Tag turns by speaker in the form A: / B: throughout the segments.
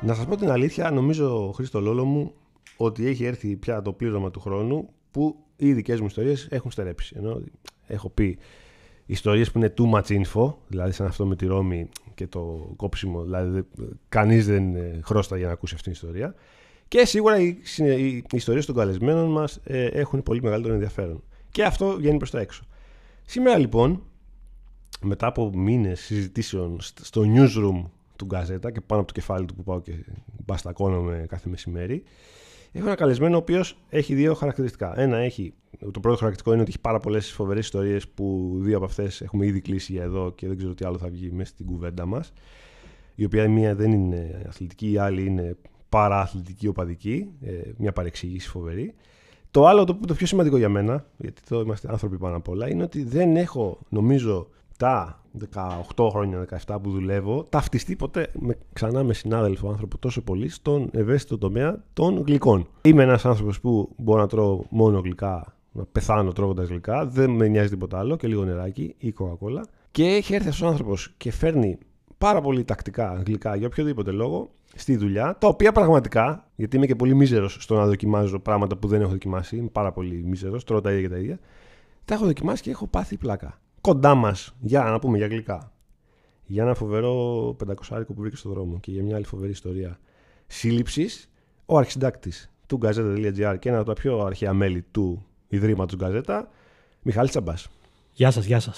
A: Να σας πω την αλήθεια, νομίζω, Χρήστο Λόλο μου, ότι έχει έρθει πια το πλήρωμα του χρόνου που οι δικές μου ιστορίες έχουν στερέψει. Ενώ έχω πει ιστορίες που είναι too much info, δηλαδή σαν αυτό με τη Ρώμη και το κόψιμο, δηλαδή κανείς δεν ε, χρώστα για να ακούσει αυτήν την ιστορία. Και σίγουρα οι, οι ιστορίες των καλεσμένων μας ε, έχουν πολύ μεγαλύτερο ενδιαφέρον. Και αυτό βγαίνει προς τα έξω. Σήμερα λοιπόν, μετά από μήνες συζητήσεων στο newsroom του Γκαζέτα και πάνω από το κεφάλι του που πάω και μπαστακώνομαι κάθε μεσημέρι, Έχω ένα καλεσμένο ο οποίος έχει δύο χαρακτηριστικά. Ένα έχει. Το πρώτο χαρακτηριστικό είναι ότι έχει πάρα πολλές φοβερές ιστορίες που δύο από αυτές έχουμε ήδη κλείσει για εδώ και δεν ξέρω τι άλλο θα βγει μέσα στην κουβέντα μας. Η οποία μία δεν είναι αθλητική, η άλλη είναι παρααθλητική οπαδική. Μια παρεξήγηση φοβερή. Το άλλο, το, το πιο σημαντικό για μένα, γιατί εδώ είμαστε άνθρωποι πάνω απ' όλα, είναι ότι δεν έχω, νομίζω, τα 18 χρόνια, 17 που δουλεύω, ταυτιστεί ποτέ με, ξανά με συνάδελφο άνθρωπο τόσο πολύ στον ευαίσθητο τομέα των γλυκών. Είμαι ένας άνθρωπος που μπορώ να τρώω μόνο γλυκά, να πεθάνω τρώγοντας γλυκά, δεν με νοιάζει τίποτα άλλο και λίγο νεράκι ή κοκακόλα. Και έχει έρθει αυτός ο άνθρωπος και φέρνει πάρα πολύ τακτικά γλυκά για οποιοδήποτε λόγο στη δουλειά, τα οποία πραγματικά, γιατί είμαι και πολύ μίζερος στο να δοκιμάζω πράγματα που δεν έχω δοκιμάσει, είμαι πάρα πολύ μίζερος, τρώω τα ίδια και τα ίδια. Τα έχω δοκιμάσει και έχω πάθει πλάκα κοντά μας για να πούμε για γλυκά. Για ένα φοβερό πεντακοσάρικο που βρήκε στον δρόμο και για μια άλλη φοβερή ιστορία σύλληψης, ο αρχισυντάκτης του Gazeta.gr και ένα από τα πιο αρχαία μέλη του Ιδρύματος Γκαζέτα, Μιχάλης Τσαμπάς.
B: Γεια σας, γεια σας.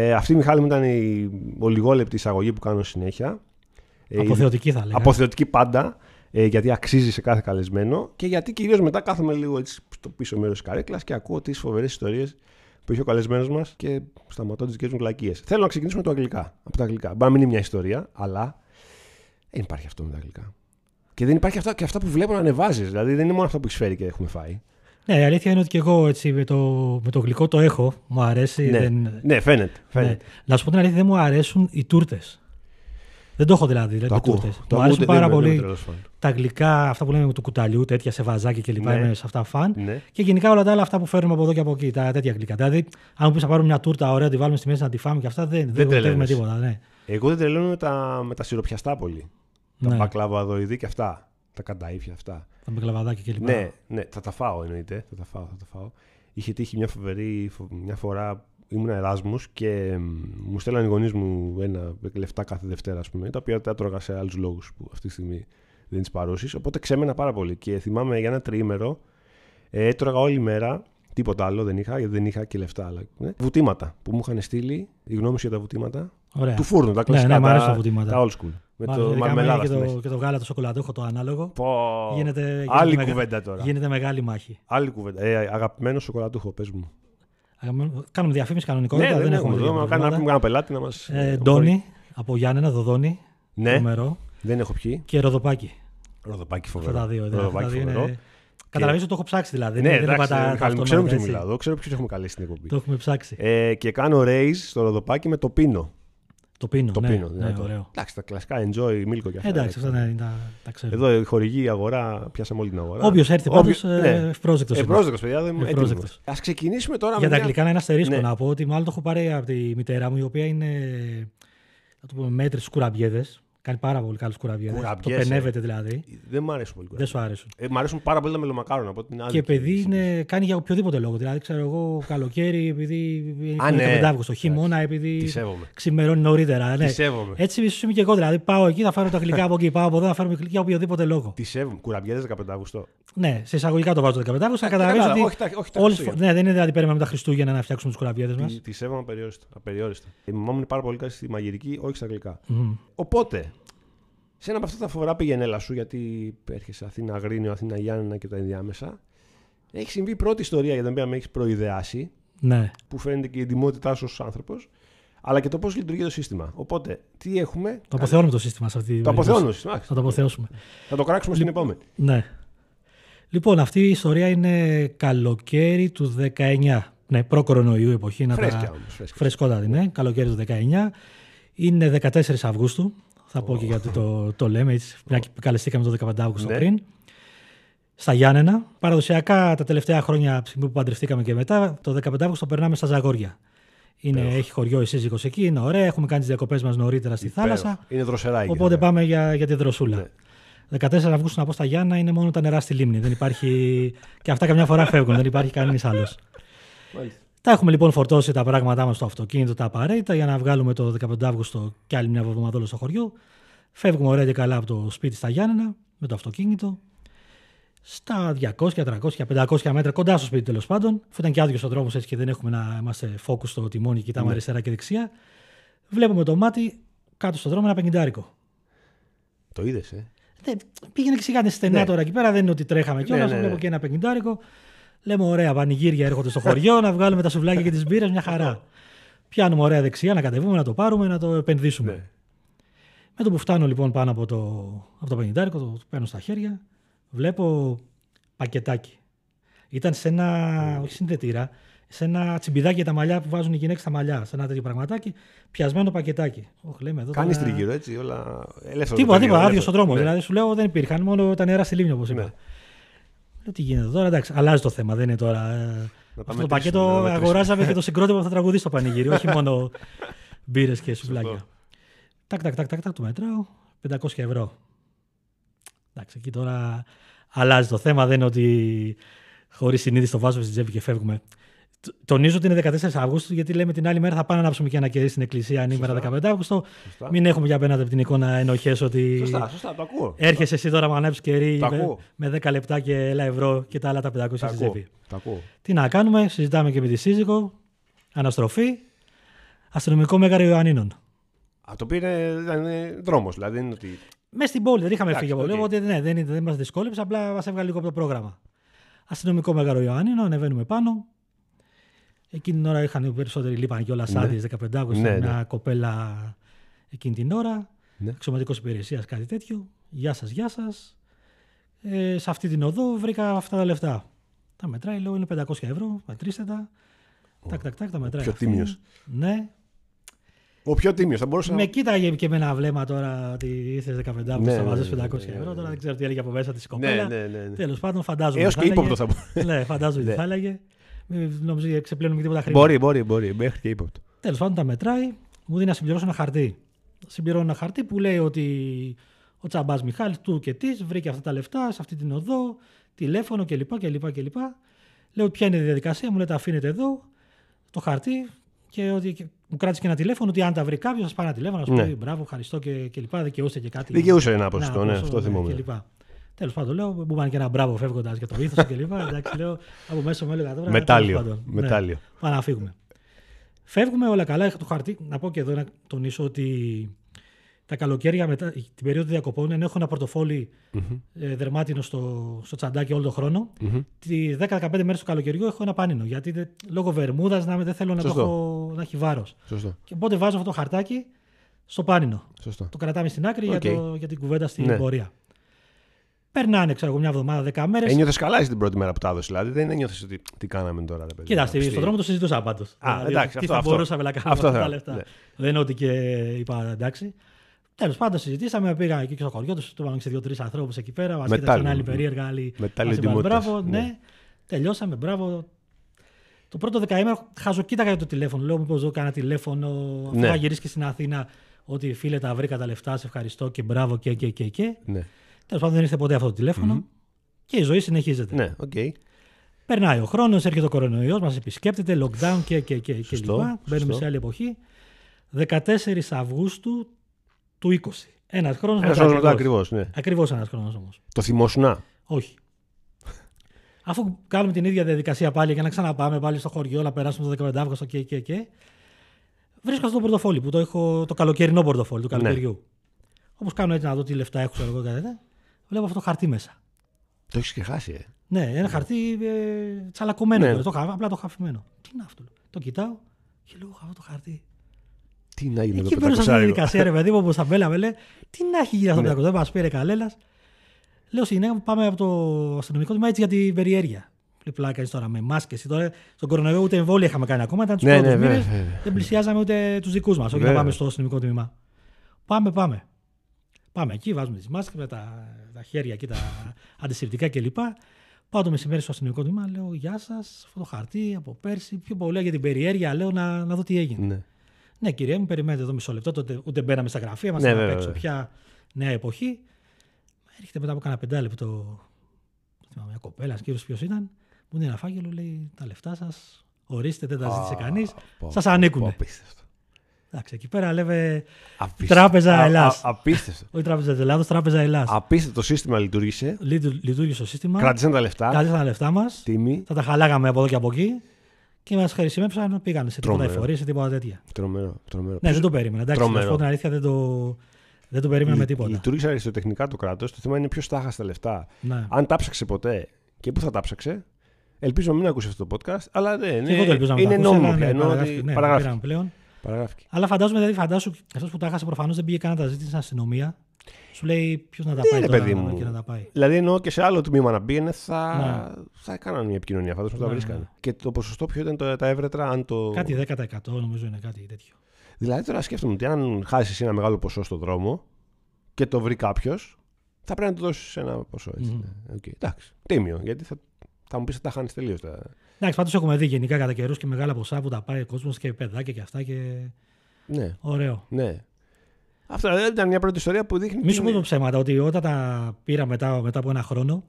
A: Ε, αυτή η Μιχάλη μου ήταν η ολιγόλεπτη εισαγωγή που κάνω συνέχεια. Ε,
B: Ε, Αποθεωτική θα λέγαμε.
A: Αποθεωτική πάντα, ε, γιατί αξίζει σε κάθε καλεσμένο και γιατί κυρίως μετά κάθομαι λίγο έτσι στο πίσω μέρος της καρέκλας και ακούω τις φοβερές ιστορίες που είχε ο καλεσμένος μας και σταματώ τι δικέ μου βλακίε. Θέλω να ξεκινήσουμε το αγγλικά, από τα αγγλικά. Μπορεί να μην είναι μια ιστορία, αλλά δεν υπάρχει αυτό με τα αγγλικά. Και δεν υπάρχει αυτά, και αυτά που βλέπω να ανεβάζεις. Δηλαδή δεν είναι μόνο αυτά που έχεις φέρει και έχουμε φάει.
B: Ναι, η αλήθεια είναι ότι και εγώ έτσι, με, το, με το γλυκό το έχω. Μου αρέσει.
A: Ναι,
B: Ε, δεν...
A: ναι φαίνεται. φαίνεται. Ναι.
B: Να σου πω την αλήθεια, δεν μου αρέσουν οι τούρτες. Δεν το έχω δηλαδή. δηλαδή το ακούω, τούρτες. Το μου αρέσουν πάρα πολύ ναι, τα γλυκά, αυτά που λέμε του κουταλιού, τέτοια σε βαζάκι και λοιπά, ναι. σε αυτά φαν. Ναι. Και γενικά όλα τα άλλα αυτά που φέρνουμε από εδώ και από εκεί, τα τέτοια γλυκά. Δηλαδή, αν πεις να πάρουμε μια τούρτα, ωραία, τη βάλουμε στη μέση να τη φάμε και αυτά, δεν, δεν, δεν τίποτα. Ναι.
A: Εγώ δεν τρελαίνω με τα, με τα σιροπιαστά πολύ. Ναι. Τα μπακλαβαδοειδή και αυτά. Τα κανταήφια αυτά.
B: Τα μπακλαβαδάκια και λοιπά.
A: Ναι, ναι, θα τα φάω εννοείται. Θα τα φάω, θα τα φάω. Είχε τύχει μια φοβερή, μια φορά ήμουν Εράσμου και μου στέλναν οι γονείς μου ένα λεφτά κάθε Δευτέρα, ας πούμε, τα οποία τα έτρωγα σε άλλους λόγους που αυτή τη στιγμή δεν τις παρούσει. Οπότε ξέμενα πάρα πολύ. Και θυμάμαι για ένα τριήμερο ε, έτρωγα όλη μέρα. Τίποτα άλλο δεν είχα, γιατί δεν είχα και λεφτά. Αλλά, ναι. Βουτήματα που μου είχαν στείλει, η γνώμη σου για τα βουτήματα.
B: Ωραία.
A: Του φούρνου, τα κλασικά.
B: Ναι, ναι, τα,
A: βουτήματα. τα old school.
B: Με Μάλιστα, το μαρμελάδα. Και, το, και το γάλα, το σοκολατόχο, το ανάλογο.
A: Πο...
B: Γίνεται, γίνεται,
A: Άλλη
B: μεγάλη,
A: κουβέντα τώρα.
B: Γίνεται μεγάλη μάχη.
A: Άλλη κουβέντα. Ε, αγαπημένο σοκολατόχο, πες μου.
B: Κάνουμε διαφήμιση κανονικότητα.
A: Ναι, δεν, δεν έχουμε δρόμο. Κάνουμε να πούμε κανένα πελάτη να μας.
B: Ε, ντόνι από Γιάννενα, Δοδόνι.
A: Ναι. Φομερό. Δεν έχω πιει.
B: Και Ροδοπάκι.
A: Ροδοπάκι φοβερό.
B: Αυτά τα δύο.
A: Ροδοπάκι
B: τα δύο
A: φοβερό. Είναι...
B: Και... Καταλαβαίνω ότι το έχω ψάξει δηλαδή.
A: Ναι,
B: δεν
A: εντάξει, πατά, Μιχάλη, ξέρω ποιο μιλάω εδώ, ξέρω ποιο έχουμε καλέσει στην εκπομπή.
B: Το έχουμε ψάξει.
A: Ε, και κάνω raise στο ροδοπάκι με το πίνο.
B: Το πίνο.
A: Το
B: ναι,
A: πίνο,
B: ναι, ωραίο.
A: Εντάξει, τα κλασικά enjoy, μίλκο και αυτά.
B: Εντάξει, αυτά ναι, τα, τα ξέρω.
A: Εδώ ε, η χορηγή, η αγορά, πιάσαμε όλη την αγορά. ναι.
B: Όποιο έρθει ε, πάντω, ευπρόσδεκτο.
A: Ευπρόσδεκτος, παιδιά, δεν μου Ας ξεκινήσουμε τώρα
B: Για τα αγγλικά, ένα αστερίσκο
A: Ναι.
B: να πω ότι μάλλον το έχω πάρει από τη μητέρα μου, η οποία είναι. Θα το πούμε μέτρη κουραμπιέδε. Κάνει πάρα πολύ καλούς κουραμπιέδε. Το
A: ε.
B: πενεύεται δηλαδή.
A: Δεν μου αρέσουν πολύ κουραμπιέδε.
B: Δεν σου αρέσουν.
A: Ε, μ' αρέσουν πάρα πολύ τα μελομακάρονα. Από την άλλη
B: και παιδί είναι, κάνει για οποιοδήποτε λόγο. Δηλαδή, ξέρω εγώ, καλοκαίρι, επειδή. Α, ναι. Το Αύγουστο, χειμώνα, επειδή. Ξημερώνει νωρίτερα. Ναι.
A: Τι σέβομαι.
B: Έτσι, ίσως είμαι και εγώ. Δηλαδή, πάω εκεί, θα φέρω τα γλυκά από εκεί, πάω από εδώ, θα φέρω γλυκά για οποιοδήποτε λόγο.
A: Τι σέβομαι. Κουραμπιέδε 15 Αύγουστο.
B: Ναι, σε εισαγωγικά το βάζω το 15 Αύγουστο. Καταλαβαίνω ότι. Όλε Ναι, δεν είναι δηλαδή πέραμε τα Χριστούγεννα να φτιάξουμε τους κουραμπιέδε μα.
A: Τι σέβομαι απεριόριστα. Η μαμά μου είναι πάρα πολύ καλή στη μαγειρική, όχι στα γλυκά. Οπότε, σε ένα από αυτά τα φοβερά πήγαινε έλα σου, γιατί έρχεσαι Αθήνα Αγρίνιο, Αθήνα Γιάννενα και τα ενδιάμεσα. Έχει συμβεί η πρώτη ιστορία για την οποία με έχεις προειδεάσει.
B: Ναι.
A: Που φαίνεται και η εντυμότητά σου ως άνθρωπος. Αλλά και το πώς λειτουργεί το σύστημα. Οπότε, τι έχουμε.
B: Το αποθεώνουμε το σύστημα σε αυτή τη
A: Το αποθεώνουμε το σύστημα.
B: Θα το αποθεώσουμε.
A: Θα το κράξουμε στην επόμενη.
B: Ναι. Λοιπόν, αυτή η ιστορία είναι καλοκαίρι του 19. Ναι, προ-κορονοϊού εποχή.
A: Φρέσκια τα... όμως.
B: Φρεσκότατη, ναι. Καλοκαίρι του 19. Είναι 14 Αυγούστου. Θα πω και γιατί το, το λέμε, έτσι, μια καλεστήκαμε το 15 Αύγουστο ναι. πριν. Στα Γιάννενα. Παραδοσιακά τα τελευταία χρόνια, από τη στιγμή που παντρευτήκαμε και μετά, το 15 Αύγουστο περνάμε στα Ζαγόρια. Είναι, Υπέροχο. έχει χωριό η σύζυγος εκεί, είναι ωραία. Έχουμε κάνει τις διακοπές μας νωρίτερα στη Υπέροχο. θάλασσα.
A: Είναι δροσερά
B: Οπότε πάμε για, για τη δροσούλα. ε. Ναι. 14 Αυγούστου να πω στα Γιάννα είναι μόνο τα νερά στη λίμνη. Δεν υπάρχει. και αυτά καμιά φορά φεύγουν, δεν υπάρχει κανείς άλλος. Τα έχουμε λοιπόν φορτώσει τα πράγματά μας στο αυτοκίνητο, τα απαραίτητα για να βγάλουμε το 15 Αύγουστο και άλλη μια βδομαδόλα στο χωριό. Φεύγουμε ωραία και καλά από το σπίτι στα Γιάννενα με το αυτοκίνητο. Στα 200, 300, 500 μέτρα κοντά στο σπίτι τέλος πάντων, αφού ήταν και άδειος ο δρόμος έτσι και δεν έχουμε να είμαστε focus στο τιμόνι, κοιτάμε ναι. αριστερά και δεξιά. Βλέπουμε το μάτι κάτω στον δρόμο ένα πενιντάρικο.
A: Το είδες, ε.
B: Ναι, πήγαινε και σιγά στενά ναι. τώρα εκεί πέρα, δεν είναι ότι τρέχαμε κιόλας. Ναι, ναι, Βλέπω και ένα πενιντάρικο. Λέμε, ωραία, πανηγύρια έρχονται στο χωριό, να βγάλουμε τα σουβλάκια και τις μπύρες, μια χαρά. Πιάνουμε ωραία δεξιά, να κατεβούμε, να το πάρουμε, να το επενδύσουμε. Ναι. Με το που φτάνω λοιπόν πάνω από το, από το πενιντάρικο, το, το παίρνω στα χέρια, βλέπω πακετάκι. Ήταν σε ένα, mm. όχι συνδετήρα, σε ένα τσιμπιδάκι για τα μαλλιά που βάζουν οι γυναίκες στα μαλλιά, σε ένα τέτοιο πραγματάκι, πιασμένο πακετάκι. Όχι, λέμε εδώ.
A: Κάνεις τώρα... τριγύρω έτσι, όλα ελεύθερα.
B: Τίποτα, τίποτα, άδειος ο δρόμος. Ναι. Δηλαδή σου λέω δεν υπήρχαν, μόνο τα νερά στη λίμνη όπω είπα. Ναι. Λέω τι γίνεται τώρα, εντάξει, αλλάζει το θέμα, δεν είναι τώρα. Να Αυτό το
A: ναι,
B: πακέτο να αγοράζαμε και το συγκρότημα που θα τραγουδεί στο πανηγύρι, όχι μόνο μπύρες και σουβλάκια. Τάκ, τάκ, τάκ, τάκ, τάκ, το μετράω. 500 ευρώ. Εντάξει, εκεί τώρα αλλάζει το θέμα. Δεν είναι ότι χωρίς συνείδηση το βάζουμε στην τσέπη και φεύγουμε. Τονίζω ότι είναι 14 Αυγούστου, γιατί λέμε την άλλη μέρα θα πάνε να ψούμε και ένα κερί στην εκκλησία αν ημέρα 15 Αύγουστο. Σωστά. Μην έχουμε για απέναντι από την εικόνα ενοχές ότι.
A: Σωστά, σωστά, το ακούω.
B: Έρχεσαι εσύ τώρα να ανάψει κερί με, με, 10 λεπτά και έλα ευρώ και τα άλλα τα 500 τα στην τσέπη. Τι να κάνουμε, συζητάμε και με τη σύζυγο. Αναστροφή. Αστυνομικό μέγαρο Ιωαννίνων.
A: Α, το πήρε, ήταν δρόμος. Δηλαδή είναι ότι...
B: Μέσα στην πόλη, δεν είχαμε φύγει από λίγο. Οπότε ναι, δεν, δεν μας δυσκόλεψε, απλά μας έβγαλε λίγο από το πρόγραμμα. Αστυνομικό μεγάλο Ιωάννινο, ανεβαίνουμε πάνω. Εκείνη την ώρα είχαν οι περισσότεροι λείπαν κιόλα ναι. άδειε 15 Αύγουστο. Ναι, μια ναι. κοπέλα εκείνη την ώρα. Ναι. Αξιωματικός υπηρεσίας, κάτι τέτοιο. Γεια σας, γεια σας. Ε, σε αυτή την οδό βρήκα αυτά τα λεφτά. Τα μετράει, λέω είναι 500 ευρώ, πατρίστε τα. Oh. Τάκ, τάκ, τάκ, τα μετράει.
A: Πιο τίμιος.
B: Ναι,
A: ο πιο τίμιος. Θα μπορούσε
B: με να... κοίταγε και με ένα βλέμμα τώρα ότι ήρθε 15 από ναι, θα βάζει 500 ευρώ. Ναι, ναι, τώρα δεν ξέρω τι έλεγε από μέσα της κοπέλα.
A: Ναι, ναι, ναι.
B: Τέλος πάντων, φαντάζομαι.
A: Έως και ύποπτο θα πω.
B: ναι, φαντάζομαι τι θα έλεγε. Νομίζω ότι ξεπλένουμε και τίποτα χρήματα.
A: Μπορεί, μπορεί, μπορεί. Μέχρι και ύποπτο.
B: Τέλος πάντων, τα μετράει. Μου δίνει να συμπληρώσω ένα χαρτί. Συμπληρώνω ένα χαρτί που λέει ότι ο τσαμπάς Μιχάλης του και της βρήκε αυτά τα λεφτά σε αυτή την οδό, τηλέφωνο κλπ. κλπ, κλπ. Λέω ποια είναι η διαδικασία, μου λέει τα αφήνετε εδώ. Το χαρτί, και ότι και μου κράτησε και ένα τηλέφωνο ότι αν τα βρει κάποιος, θα πάρει ένα τηλέφωνο, να σου ναι. πει μπράβο, ευχαριστώ και, και λοιπά. Δικαιούσε και κάτι.
A: Δικαιούσε ένα ποσοστό, ναι, αυτό θυμόμαι.
B: Τέλος πάντων, λέω, μου είπαν και ένα μπράβο φεύγοντας για το ήθο και λοιπά. Εντάξει, λέω από μέσα μου έλεγα τώρα.
A: Μετάλλιο. Μετάλλιο. Ναι,
B: πάμε να φύγουμε. Φεύγουμε όλα καλά. Έχω το χαρτί. Να πω και εδώ να τονίσω ότι τα καλοκαίρια μετά την περίοδο διακοπών ενώ έχω ένα πορτοφόλι mm-hmm. ε, δερμάτινο στο, στο τσαντάκι όλο τον χρονο mm-hmm. Τι 10-15 μέρες του καλοκαιριού έχω ένα πάνινο. Γιατί δε, λόγω βερμούδας να, δεν θέλω να, Σωστό. το έχω, να έχει βάρος. Και οπότε βάζω αυτό το χαρτάκι στο πάνινο.
A: Σωστό.
B: Το κρατάμε στην άκρη okay. για, το, για την κουβέντα στην ναι. πορεία. Περνάνε, ξέρω εγώ, μια εβδομάδα, δέκα μέρες.
A: Ένιωθε καλά την πρώτη μέρα που τα έδωσε. Δηλαδή δεν ένιωθες ότι τι κάναμε τώρα, ρε παιδί.
B: Κοιτάξτε, στον δρόμο το συζητούσα πάντως.
A: Δηλαδή, εντάξει,
B: τι θα αυτό, ναι. μπορούσαμε να κάνουμε αυτά τα λεφτά. Δεν είναι ότι και είπα εντάξει. Τέλος πάντων, συζητήσαμε, πήγα εκεί στο χωριό τους, του είπαμε σε δύο-τρει ανθρώπους εκεί πέρα. Μας κοίταξαν άλλοι περίεργα, άλλοι. Μπράβο, ναι. ναι. Τελειώσαμε, μπράβο. Το πρώτο δεκαήμερο χαζοκοίταγα για το τηλέφωνο. Λέω, μήπως δω κανένα τηλέφωνο. Ναι. Αφού γυρίσει και στην Αθήνα, ότι φίλε τα βρήκα τα λεφτά, σε ευχαριστώ και μπράβο και και και. και.
A: Ναι.
B: Τέλος πάντων, δεν ήρθε ποτέ αυτό το τηλεφωνο mm-hmm. Και η ζωή συνεχίζεται.
A: Ναι, okay.
B: Περνάει ο χρόνος, έρχεται ο κορονοϊός, μας επισκέπτεται, lockdown και, και, και, και λοιπά. Μπαίνουμε σε άλλη εποχή. 14 Αυγούστου του 20. Ένας χρόνος
A: μετά. Ένα μετά ακριβώς. Ναι.
B: Ακριβώς ένας χρόνος όμως.
A: Το θυμόσουνα.
B: Όχι. Αφού κάνουμε την ίδια διαδικασία πάλι για να ξαναπάμε πάλι στο χωριό, να περάσουμε το 15 Αύγουστο και, και, και. Βρίσκω αυτό το πορτοφόλι που το έχω, το καλοκαιρινό πορτοφόλι του καλοκαιριού. Ναι. Όπως κάνω έτσι να δω τι λεφτά έχω, ξέρω εγώ κάτι Βλέπω αυτό το χαρτί μέσα.
A: Το έχεις και χάσει, ε.
B: Ναι, ένα ναι. χαρτί ε, τσαλακωμένο. Ναι. Το, απλά το χαφημένο. Τι είναι αυτό. Το κοιτάω και λέω αυτό το χαρτί.
A: Τι να γίνει
B: Εκεί πέρα Ναι. στην διαδικασία, ρε παιδί μου, όπως τα μπέλαμε, λέει, τι να έχει γίνει αυτό το 500, δεν μας πήρε καλέλα. Λέω στη γυναίκα μου, πάμε από το αστυνομικό τμήμα έτσι για την περιέργεια. Λέει πλάκα τώρα με μάσκες. Τώρα στον κορονοϊό ούτε εμβόλια είχαμε κάνει ακόμα. Ήταν τους ναι, ναι, μήνες. Δεν πλησιάζαμε ούτε τους δικούς μας. Όχι να πάμε στο αστυνομικό τμήμα. Πάμε, πάμε. Πάμε εκεί, βάζουμε τις μάσκες με τα, τα χέρια εκεί, τα αντισυλληπτικά κλπ. Πάω το μεσημέρι στο αστυνομικό τμήμα, λέω Γεια σας, αυτό το χαρτί από πέρσι. Πιο πολλά για την περιέργεια, λέω να, να δω τι έγινε.
A: Ναι.
B: Ναι, κυρία μου, περιμένετε εδώ μισό λεπτό. Τότε ούτε μπαίναμε στα γραφεία μα, ναι, να παίξω πια νέα εποχή. Έρχεται μετά από κανένα πεντάλεπτο μια κοπέλα, κύριος ποιος ήταν, μου δίνει ένα φάκελο, λέει τα λεφτά σας. Ορίστε, δεν τα ζήτησε κανεί. Σα ανήκουν.
A: Απίστευτο.
B: Εντάξει, εκεί πέρα λέγε Τράπεζα Ελλάδα.
A: Απίστευτο.
B: Όχι Τράπεζα Ελλάδος, Τράπεζα Ελλάδα.
A: Απίστευτο το σύστημα λειτουργήσε.
B: Λειτουργήσε το σύστημα.
A: Κράτησαν τα λεφτά.
B: Κράτησαν τα λεφτά μας.
A: Τιμή.
B: Θα τα χαλάγαμε από εδώ και από εκεί. Και μας χρησιμεύσαν, πήγαν σε τίποτα εφορίες, σε τίποτα τέτοια.
A: Τρομερό. τρομερό.
B: Ναι, δεν το περίμενα. Εντάξει, να σου πω την αλήθεια δεν το. Δεν το περίμενα με τίποτα.
A: Λειτουργήσε αριστοτεχνικά το κράτος. Το θέμα είναι ποιος τα χάσει τα λεφτά.
B: Ναι.
A: Αν τα ψάξε ποτέ και πού θα τα ψάξε. Ελπίζω να μην ακούσει αυτό το podcast. Αλλά ναι,
B: ναι, εγώ το ελπίζω να
A: είναι
B: μην
A: νόμιμο πια.
B: Ναι, παραγράφει. πλέον.
A: Παραγράφηκε.
B: Αλλά φαντάζομαι, δηλαδή, φαντάσου, αυτός που τα χάσε προφανώς δεν πήγε καν να τα ζητήσει στην αστυνομία. Σου λέει ποιος να τα πάει
A: ναι,
B: τώρα,
A: παιδί
B: να,
A: μου.
B: και να τα πάει.
A: Δηλαδή, ενώ και σε άλλο τμήμα να πήγαινε, θα, ναι. θα έκαναν μια επικοινωνία. Φαντάζομαι ότι τα βρίσκανε. Και το ποσοστό ποιο ήταν το, τα έβρετρα, αν το.
B: Ναι, Κάτι 10% νομίζω είναι κάτι τέτοιο.
A: Δηλαδή, τώρα σκέφτομαι ότι αν χάσεις ένα μεγάλο ποσό στον δρόμο και το βρει κάποιος, θα πρέπει να του δώσει ένα ποσό. Έτσι. Mm. Okay. Εντάξει. Τίμιο. Γιατί θα, θα μου πεις ότι τα χάνεις τελείως. Τα...
B: Εντάξει, πάντως έχουμε δει γενικά κατά καιρούς και μεγάλα ποσά που τα πάει ο κόσμος και παιδάκια και αυτά. Και...
A: Ναι.
B: Ωραίο.
A: Ναι. Αυτά δηλαδή, ήταν μια πρώτη ιστορία που δείχνει.
B: Μη σου πούμε ψέματα ότι όταν τα πήρα μετά, μετά από ένα χρόνο,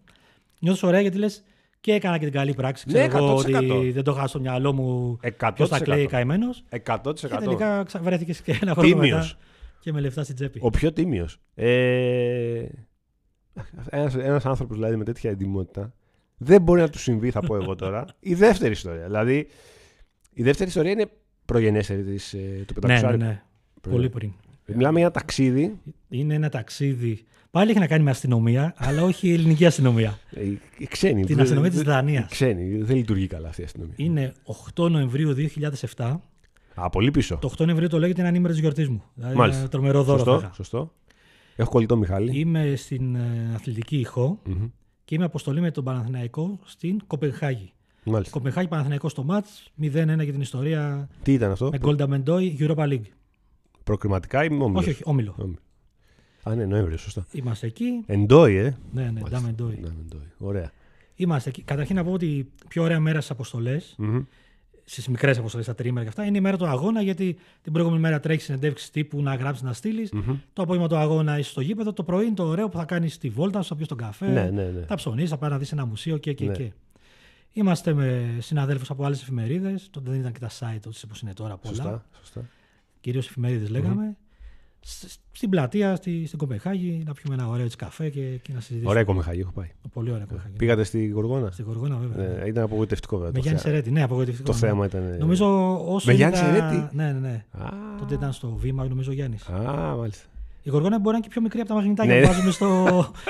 B: νιώθω ωραία γιατί λες και έκανα και την καλή πράξη.
A: Ναι,
B: ξέρω εγώ, ότι δεν το είχα στο μυαλό μου ποιο τα κλαίει καημένος.
A: 100%.
B: Και τελικά βρέθηκες και ένα χρόνο
A: τίμιος.
B: μετά και με λεφτά στην τσέπη.
A: Ο πιο τίμιος. Ε... Ένας άνθρωπος δηλαδή με τέτοια εντυμότητα δεν μπορεί να του συμβεί, θα πω εγώ τώρα, η δεύτερη ιστορία. Δηλαδή, η δεύτερη ιστορία είναι προγενέστερη της, ε, του
B: Ναι, ναι,
A: Πεντακοσάρικου.
B: ναι. Πολύ πριν.
A: Μιλάμε για ένα ταξίδι.
B: Είναι ένα ταξίδι. Πάλι έχει να κάνει με αστυνομία, αλλά όχι η ελληνική αστυνομία.
A: Ε, οι- οι ξένοι.
B: Την
A: δεν-
B: αστυνομία της
A: δεν-
B: Δανίας.
A: οι Ξένοι. Δεν λειτουργεί καλά αυτή η αστυνομία.
B: Είναι 8 Νοεμβρίου 2007.
A: Α, πολύ πίσω.
B: Το 8 Νοεμβρίου το λέω γιατί είναι ανήμερος της γιορτής μου. Δηλαδή,
A: Μάλιστα.
B: ένα τρομερό δώρο. θα
A: Σωστό,
B: είχα.
A: σωστό. Έχω κολλητό Μιχάλη.
B: Είμαι στην ε, αθλητική ηχό
A: Μμμ.
B: και είμαι αποστολή με τον Παναθηναϊκό στην Κοπενχάγη.
A: Μάλιστα.
B: Κοπενχάγη Παναθηναϊκό στο ματ 0-1 για την ιστορία
A: Τι ήταν αυτό,
B: με Golda Mendoy, Europa League.
A: προκριματικά ή όμιλος.
B: Όχι, όχι, όμιλο.
A: Α, ναι, Νοέμβριο, σωστά.
B: Είμαστε εκεί.
A: Εντόι, ε.
B: Ναι, ναι,
A: Μάλιστα.
B: Ντά Mendoy.
A: Ναι, Εντόι. Ωραία.
B: Είμαστε εκεί. Καταρχήν να πω ότι η πιο ωραία μέρα στις αποστολές,
A: Μμμ.
B: στις μικρές αποστολές, τα τριήμερα και αυτά, είναι η μέρα του αγώνα γιατί την προηγούμενη μέρα τρέχει συνεντεύξεις τύπου να γράψεις, να στειλει Το απόγευμα του αγώνα είσαι στο γήπεδο. Το πρωί είναι το ωραίο που θα κάνεις τη βόλτα, θα πιεις τον καφέ.
A: Ναι, ναι, ναι.
B: Θα ψωνίσεις, θα πάει να δεις ένα μουσείο και, και,
A: Ναι.
B: και. Είμαστε με συναδέλφους από άλλες εφημερίδες. Τότε δεν ήταν και τα site όπω είναι τώρα πολλά.
A: Σωστά, σωστά.
B: Κυρίως εφημερίδες λέγαμε. Σ- Στην πλατεία, στη, στην Κοπεχάγη, να πιούμε ένα ωραίο έτσι καφέ και, και να συζητήσουμε.
A: Ωραία, Κομεχάγη, έχω πάει.
B: Πολύ ωραία Κοπεχάγη.
A: Πήγατε στη Γοργόνα.
B: Στην Γοργόνα, βέβαια.
A: Ναι, ήταν απογοητευτικό βέβαια.
B: Με
A: το
B: Γιάννη
A: θέμα.
B: Σερέτη, ναι, απογοητευτικό.
A: Το
B: ναι.
A: θέμα ήταν.
B: Νομίζω όσο.
A: Με
B: είναι
A: Γιάννη
B: τα-
A: Σερέτη?
B: Ναι, ναι, ναι.
A: Α,
B: Τότε ήταν στο βήμα, νομίζω ο Γιάννης.
A: Α, μάλιστα.
B: Η Γοργόνα μπορεί να είναι και πιο μικρή από τα μαγνητάκια
A: Ναι.
B: που βάζουμε στο,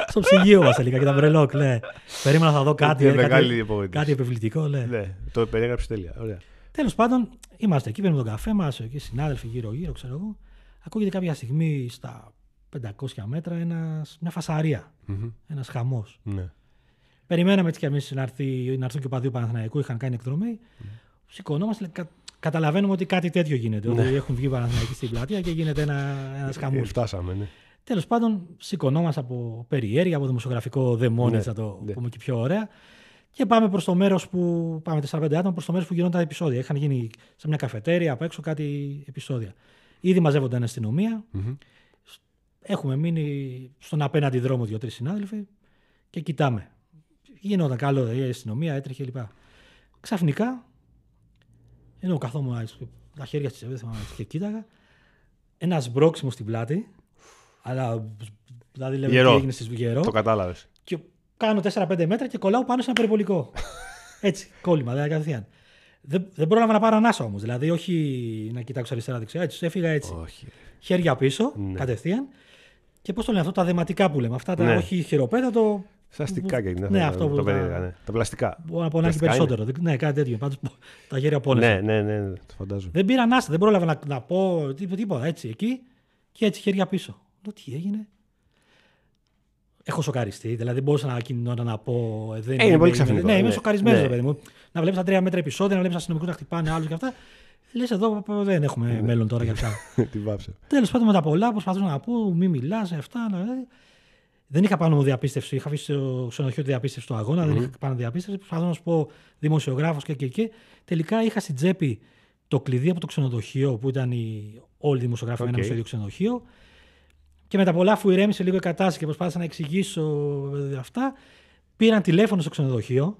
B: στο ψυγείο μας τελικά και τα μπρελόκ. Ναι. Περίμενα θα δω κάτι.
A: Είναι
B: ε,
A: μεγάλη η
B: κάτι,
A: απογοήτευση.
B: κάτι επιβλητικό, ναι.
A: Ναι, το περιέγραψε τέλεια. Ωραία.
B: Τέλος πάντων, είμαστε εκεί, παίρνουμε τον καφέ μας, εκεί συνάδελφοι γύρω-γύρω, ξέρω εγώ. Ακούγεται κάποια στιγμή στα 500 μέτρα ένας, μια φασαρία.
A: Μμμ.
B: Ένας χαμός.
A: Ναι.
B: Περιμέναμε έτσι κι εμείς να, έρθει- να έρθουν και ο παδίου Παναθηναϊκού, είχαν κάνει εκδρομή.
A: Ναι.
B: Σηκωνόμαστε, κα- καταλαβαίνουμε ότι κάτι τέτοιο γίνεται. Ότι έχουν βγει οι Παναθηναϊκοί στην πλατεία και γίνεται ένα ένας
A: Ναι. Ε,
B: χαμούλη.
A: φτάσαμε, ναι.
B: Τέλος πάντων, σηκωνόμαστε από περιέργεια, από δημοσιογραφικό δαιμόνι,
A: Ναι,
B: θα το
A: ναι.
B: πούμε και πιο ωραία. Και πάμε προς το μέρος που. Πάμε 4-5 άτομα προς το μέρος που γινόταν τα επεισόδια. Είχαν γίνει σε μια καφετέρια απ' έξω κάτι επεισόδια. Ήδη μαζεύονταν αστυνομία.
A: Μμμ.
B: Έχουμε μείνει στον απέναντι δρόμο δύο-τρει συνάδελφοι και κοιτάμε. Γινόταν καλό, ε, η αστυνομία έτρεχε κλπ. Ξαφνικά, ενώ καθόμουν τα χέρια στη σεβίδα και κοίταγα, ένας σμπρόξιμο στην πλάτη, αλλά δηλαδή λέμε
A: Γερό.
B: τι έγινε στις γερό,
A: Το κατάλαβες.
B: και κάνω 4-5 μέτρα και κολλάω πάνω σε ένα περιπολικό. Έτσι, κόλλημα, δηλαδή κατευθείαν. Δεν, δεν πρόλαβα να πάρω ανάσα όμως. Δηλαδή, όχι να κοιτάξω αριστερά-δεξιά. Έτσι, έφυγα έτσι
A: Όχι.
B: χέρια πίσω,
A: Ναι.
B: κατευθείαν. Και πώς το λένε αυτό, τα δεματικά που λέμε. Αυτά τα
A: Ναι.
B: όχι χειροπέτα, το.
A: Σαν αστικά και είναι
B: Ναι,
A: τα-
B: αυτό που.
A: το
B: τα-
A: περίεργα. Ναι. Τα πλαστικά.
B: Μπορεί να πονάει και
A: Πλαστικά είναι.
B: περισσότερο. Δεν- Ναι, κάτι τέτοιο. Πάντως τα χέρια πόνεσαν.
A: Ναι, ναι, ναι, ναι, το φαντάζομαι.
B: Δεν πήρα ανάσα, δεν πρόλαβα να, να πω τίποτα, τίποτα. Έτσι, εκεί και έτσι χέρια πίσω. Λέω τι έγινε. Έχω σοκαριστεί, δηλαδή δεν μπορούσα να κινηθώ να πω. ε, δεν
A: Ε, είναι πολύ ξαφνικό,
B: Ναι, είμαι
A: ναι.
B: σοκαρισμένος,
A: Ναι.
B: ρε παιδί μου. Να βλέπεις τα τρία μέτρα επεισόδια, να βλέπεις αστυνομικούς να χτυπάνε άλλους και αυτά. Λες εδώ ε, δεν έχουμε
A: Ναι.
B: μέλλον τώρα για αυτά.
A: Τη βάψε.
B: Τέλος πάντων, με τα πολλά προσπαθούσα να πω, μη μιλάς, αυτά. να- Δεν είχα πάνω μου διαπίστευση. Είχα αφήσει στο ξενοδοχείο τη διαπίστευση του αγώνα, δεν είχα πάνω διαπίστευση. Προσπαθώ να σου πω δημοσιογράφος και και και. Τελικά είχα στην τσέπη το κλειδί από το ξενοδοχείο που ήταν οι, όλοι οι δημοσιογράφοι
A: Οκ.
B: okay. στο ίδιο ξενοδοχείο. Και μετά πολλά, αφού ηρέμησε λίγο η κατάσταση και προσπάθησα να εξηγήσω ε, αυτά, πήραν τηλέφωνο στο ξενοδοχείο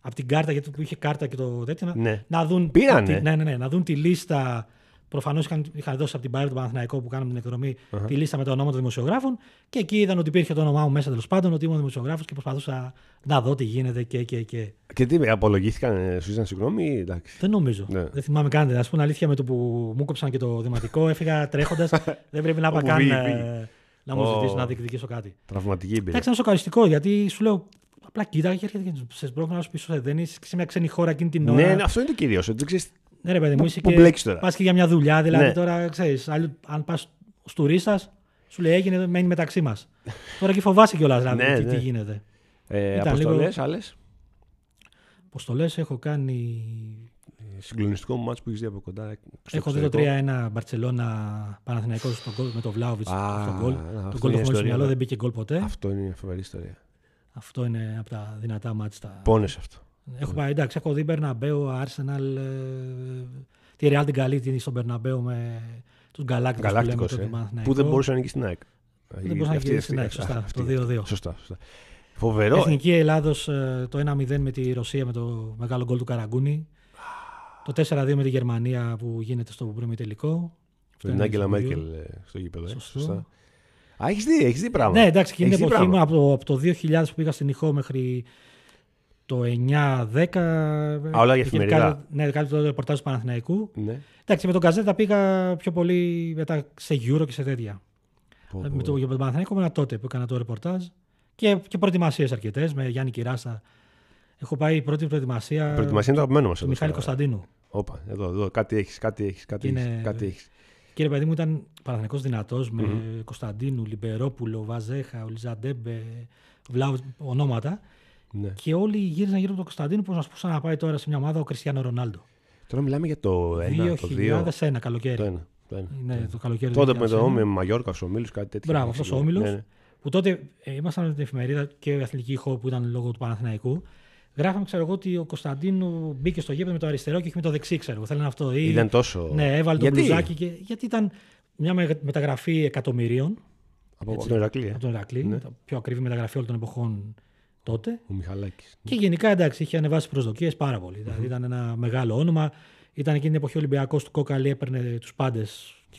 B: από την κάρτα, γιατί που είχε κάρτα και το τέτοιο.
A: Ναι.
B: Να, δουν,
A: Πήρανε.
B: τη, ναι, ναι, ναι, να δουν τη λίστα. Προφανώς είχαν, είχαν δώσει από την Πάρο του Παναθηναϊκού που κάναμε την εκδρομή
A: Αχα.
B: τη λίστα με τα ονόματα των δημοσιογράφων. Και εκεί είδαν ότι υπήρχε το όνομά μου μέσα τέλος πάντων, ότι ήμουν δημοσιογράφος και προσπαθούσα να δω τι γίνεται και. και, και.
A: Και τι, απολογήθηκαν, ε, σου ζητήσαν συγγνώμη, ή εντάξει.
B: Δεν νομίζω.
A: Ναι.
B: Δεν θυμάμαι καν. Ας πούμε αλήθεια με το που μου κόψαν και το δημοτικό, έφυγα τρέχοντας. δεν πρέπει να είπα
A: Όπου
B: καν
A: βγει,
B: ε,
A: βγει.
B: να μου
A: Ω.
B: ζητήσουν να διεκδικήσω κάτι.
A: Τραυματική εμπειρία.
B: Εντάξει, ήταν σοκαριστικό γιατί σου λέω. Απλά κοίταγα και έρχεται και σε σπρώχνω να σου πίσω. Δεν είσαι σε μια ξένη χώρα εκείνη την ώρα.
A: Ναι, ναι, αυτό είναι το κυρίως. Ότι δεν ξέρεις-
B: Ναι, ρε παιδί μου,
A: Πού-
B: είσαι
A: πού
B: και.
A: μπλέκεις τώρα.
B: πας και για μια δουλειά, δηλαδή
A: Ναι.
B: τώρα ξέρεις. Αν πας στους τουρίστας, σου λέει έγινε, μένει μεταξύ μας. τώρα και φοβάσαι κιόλας, δηλαδή,
A: Ναι,
B: τι,
A: ναι.
B: τι γίνεται.
A: Ε,
B: Ήταν
A: Αποστολέ,
B: λίγο-
A: άλλε.
B: Πώ το λε, έχω κάνει.
A: Συγκλονιστικό μου μάτσο που έχεις δει από κοντά. ε, στο
B: έχω δει το
A: εξωτερικό.
B: 3-1 Μπαρσελόνα Παναθηναϊκός στον γκολ με τον Βλάοβιτ
A: Α,
B: στον γκολ.
A: αυτό είναι
B: Τον γκολ το έχω στο
A: ιστορία,
B: μυαλό,
A: ναι.
B: δεν μπήκε γκολ ποτέ.
A: Αυτό είναι μια φοβερή ιστορία.
B: Αυτό είναι από τα δυνατά μάτια.
A: Πόνες αυτό.
B: Έχω πάει, εντάξει, έχω δει Μπερναμπέο, Arsenal, ε, τη Real την καλή την στον Μπερναμπέο με τους Γκαλάκτες που λέμε
A: Γαλάκτικος.
B: τότε Παναθηναϊκό.
A: ε. Που δεν μπορούσε να νικήσει την ΑΕΚ.
B: Δεν μπορούσε να
A: Αυτή-
B: γυρίσει την
A: αυτή-
B: ΑΕΚ, σωστά,
A: αυτή-
B: το 2-2.
A: Σωστά, σωστά. Φοβερό.
B: Εθνική Ελλάδος ε, το 1-0 με τη Ρωσία με το μεγάλο γκολ του Καραγκούνη. Το 4-2 με τη Γερμανία που γίνεται στο πρώιμη τελικό.
A: Με την Άγγελα Μέρκελ ε, στο γήπεδο. ε,
B: Σωστό.
A: Σωστά. Α, έχεις δει, έχεις δει πράγματα.
B: Ναι, εντάξει, εκείνη την
A: Έχεις δει
B: εποχή μου
A: πράγματα.
B: από το, από το 2000 που πήγα στην Ιχώ μέχρι το 9-10.
A: Α, όλα για
B: είχε
A: εφημερίδα.
B: κάνει- Ναι, κάτι το ρεπορτάζ του Παναθηναϊκού.
A: Ναι.
B: Εντάξει, με τον Καζέτα πήγα πιο πολύ μετά σε Euro και σε τέτοια.
A: Πω, πω,
B: Ε, με το,
A: πω.
B: για τον Παναθηναϊκό ήμουν τότε που έκανα το ρεπορτάζ και, και προετοιμασίες αρκετές με Γιάννη Κυράσα. Έχω πάει η πρώτη προετοιμασία,
A: Προετοιμασία είναι το αγαπημένο μας.
B: του Μιχάλη Κωνσταντίνου.
A: Όπα, εδώ, εδώ, κάτι έχεις, κάτι έχεις, κάτι
B: Είναι-
A: έχεις, κάτι έχεις.
B: Κύριε παιδί μου, ήταν Παναθηναϊκός δυνατός με Κωνσταντίνου, Λιμπερόπουλο, Βαζέχα, Ολιζαντέμπε, Βλάου, ονόματα.
A: Ναι.
B: Και όλοι γύριζαν γύρω από τον Κωνσταντίνου, που να σου πω σαν να πάει τώρα σε μια ομάδα ο Κριστιανό Ρονάλντο.
A: Τώρα μιλάμε για το 1, το 2,
B: 2001 καλοκαίρι.
A: το 1. Το ένα.
B: Είναι το καλοκαίρι.
A: Τότε με
B: 2001.
A: το με Μαγιόρκας, ο Όμιλο, κάτι τέτοιο.
B: Μπράβο, αυτός ο Όμιλο.
A: Ναι, ναι.
B: Που τότε ε, ήμασταν με την εφημερίδα και η αθλητική ηχό που ήταν λόγω του Παναθηναϊκού. Γράφαμε, ξέρω εγώ, ότι ο Κωνσταντίνου μπήκε στο γήπεδο με το αριστερό και είχε με το δεξί, ξέρω εγώ. Θέλανε αυτό. Ή...
A: Ήταν τόσο.
B: Ναι, έβαλε το
A: Γιατί?
B: μπλουζάκι. Και... Γιατί ήταν μια με- μεταγραφή εκατομμυρίων
A: Από, από τον Ηρακλή. ε.
B: από τον Ερακλή. Τα πιο ακριβή μεταγραφή όλων των εποχών τότε.
A: Ο Μιχαλάκης.
B: Και γενικά εντάξει, είχε ανεβάσει προσδοκίες πάρα πολύ. Δηλαδή, ήταν ένα μεγάλο όνομα. Ήταν εκείνη την εποχή Ολυμπιακός του Κόκαλη, έπαιρνε τους πάντες,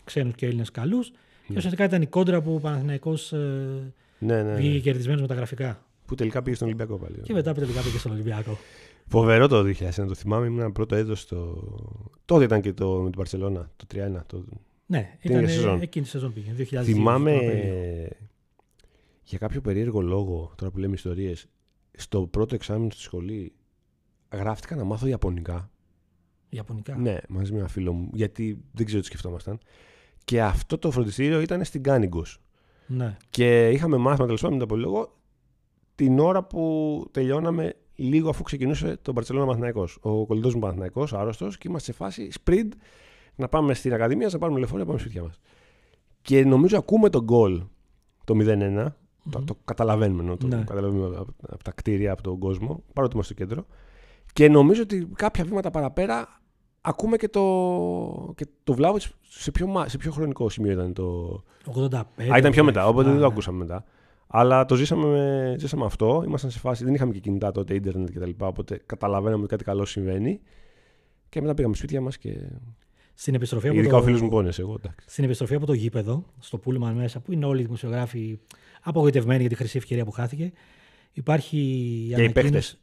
B: ξένους και Έλληνες καλούς. Και ουσιαστικά ήταν η κόντρα που ο Παναθηναϊκός ε,
A: Ναι, ναι.
B: βγήκε κερδισμένος με τα γραφικά.
A: Που τελικά πήγε στον Ολυμπιακό πάλι. ε.
B: Και μετά τελικά πήγε στον Ολυμπιακό.
A: Φοβερό το 2001, το θυμάμαι. Ήμουν πρώτο έτος στο. Τότε ήταν και το, με την Παρσελώνα, το 31. Το...
B: Ναι,
A: Την
B: ήταν
A: ίδια σεζόν.
B: εκείνη τη σεζόν πήγε. 2002,
A: θυμάμαι
B: στον Απρίλιο.
A: για κάποιο περίεργο λόγο, τώρα που λέμε ιστορίες, στο πρώτο εξάμεινο στη σχολή γράφτηκα να μάθω Ιαπωνικά.
B: Ιαπωνικά.
A: Ναι, μαζί με ένα φίλο μου, γιατί δεν ξέρω τι σκεφτόμασταν. Και αυτό το φροντιστήριο ήταν στην Κάνιγκος.
B: Ναι.
A: Και είχαμε μάθημα τέλος πάντων μετά από λίγο την ώρα που τελειώναμε λίγο αφού ξεκινούσε το Μπαρσελόνα Μαθηναϊκό. Ο κολλητός μου Μαθηναϊκό, άρρωστος, και είμαστε σε φάση sprint να πάμε στην Ακαδημία, να πάρουμε λεωφορείο, να πάμε σπίτια μας. Και νομίζω ακούμε τον γκολ το 0-1. Το, το καταλαβαίνουμε, ενώ το
B: Ναι.
A: καταλαβαίνουμε από, από τα κτίρια, από τον κόσμο, παρότι είμαστε στο κέντρο. Και νομίζω ότι κάποια βήματα παραπέρα ακούμε και το, και το Βλάβιτς σε ποιο, μα- σε ποιο χρονικό σημείο ήταν το,
B: 85.
A: Α, ήταν πιο μετά,
B: 87,
A: οπότε δεν το
B: ναι.
A: ακούσαμε μετά. Αλλά το ζήσαμε, με- ζήσαμε αυτό. Ήμασταν σε φάση, δεν είχαμε και κινητά τότε, ίντερνετ κτλ. Οπότε καταλαβαίναμε ότι κάτι καλό συμβαίνει. Και μετά πήγαμε σπίτια μας και.
B: Στην επιστροφή, από
A: Ειδικά
B: το...
A: ο φίλος μου πόνεσε. Εγώ εντάξει.
B: στην επιστροφή από το γήπεδο, στο Πούλμαν μέσα, που είναι όλοι οι δημοσιογράφοι απογοητευμένοι για τη χρυσή ευκαιρία που χάθηκε, υπάρχει η
A: Και οι
B: ανακοίνωση-
A: παίχτες.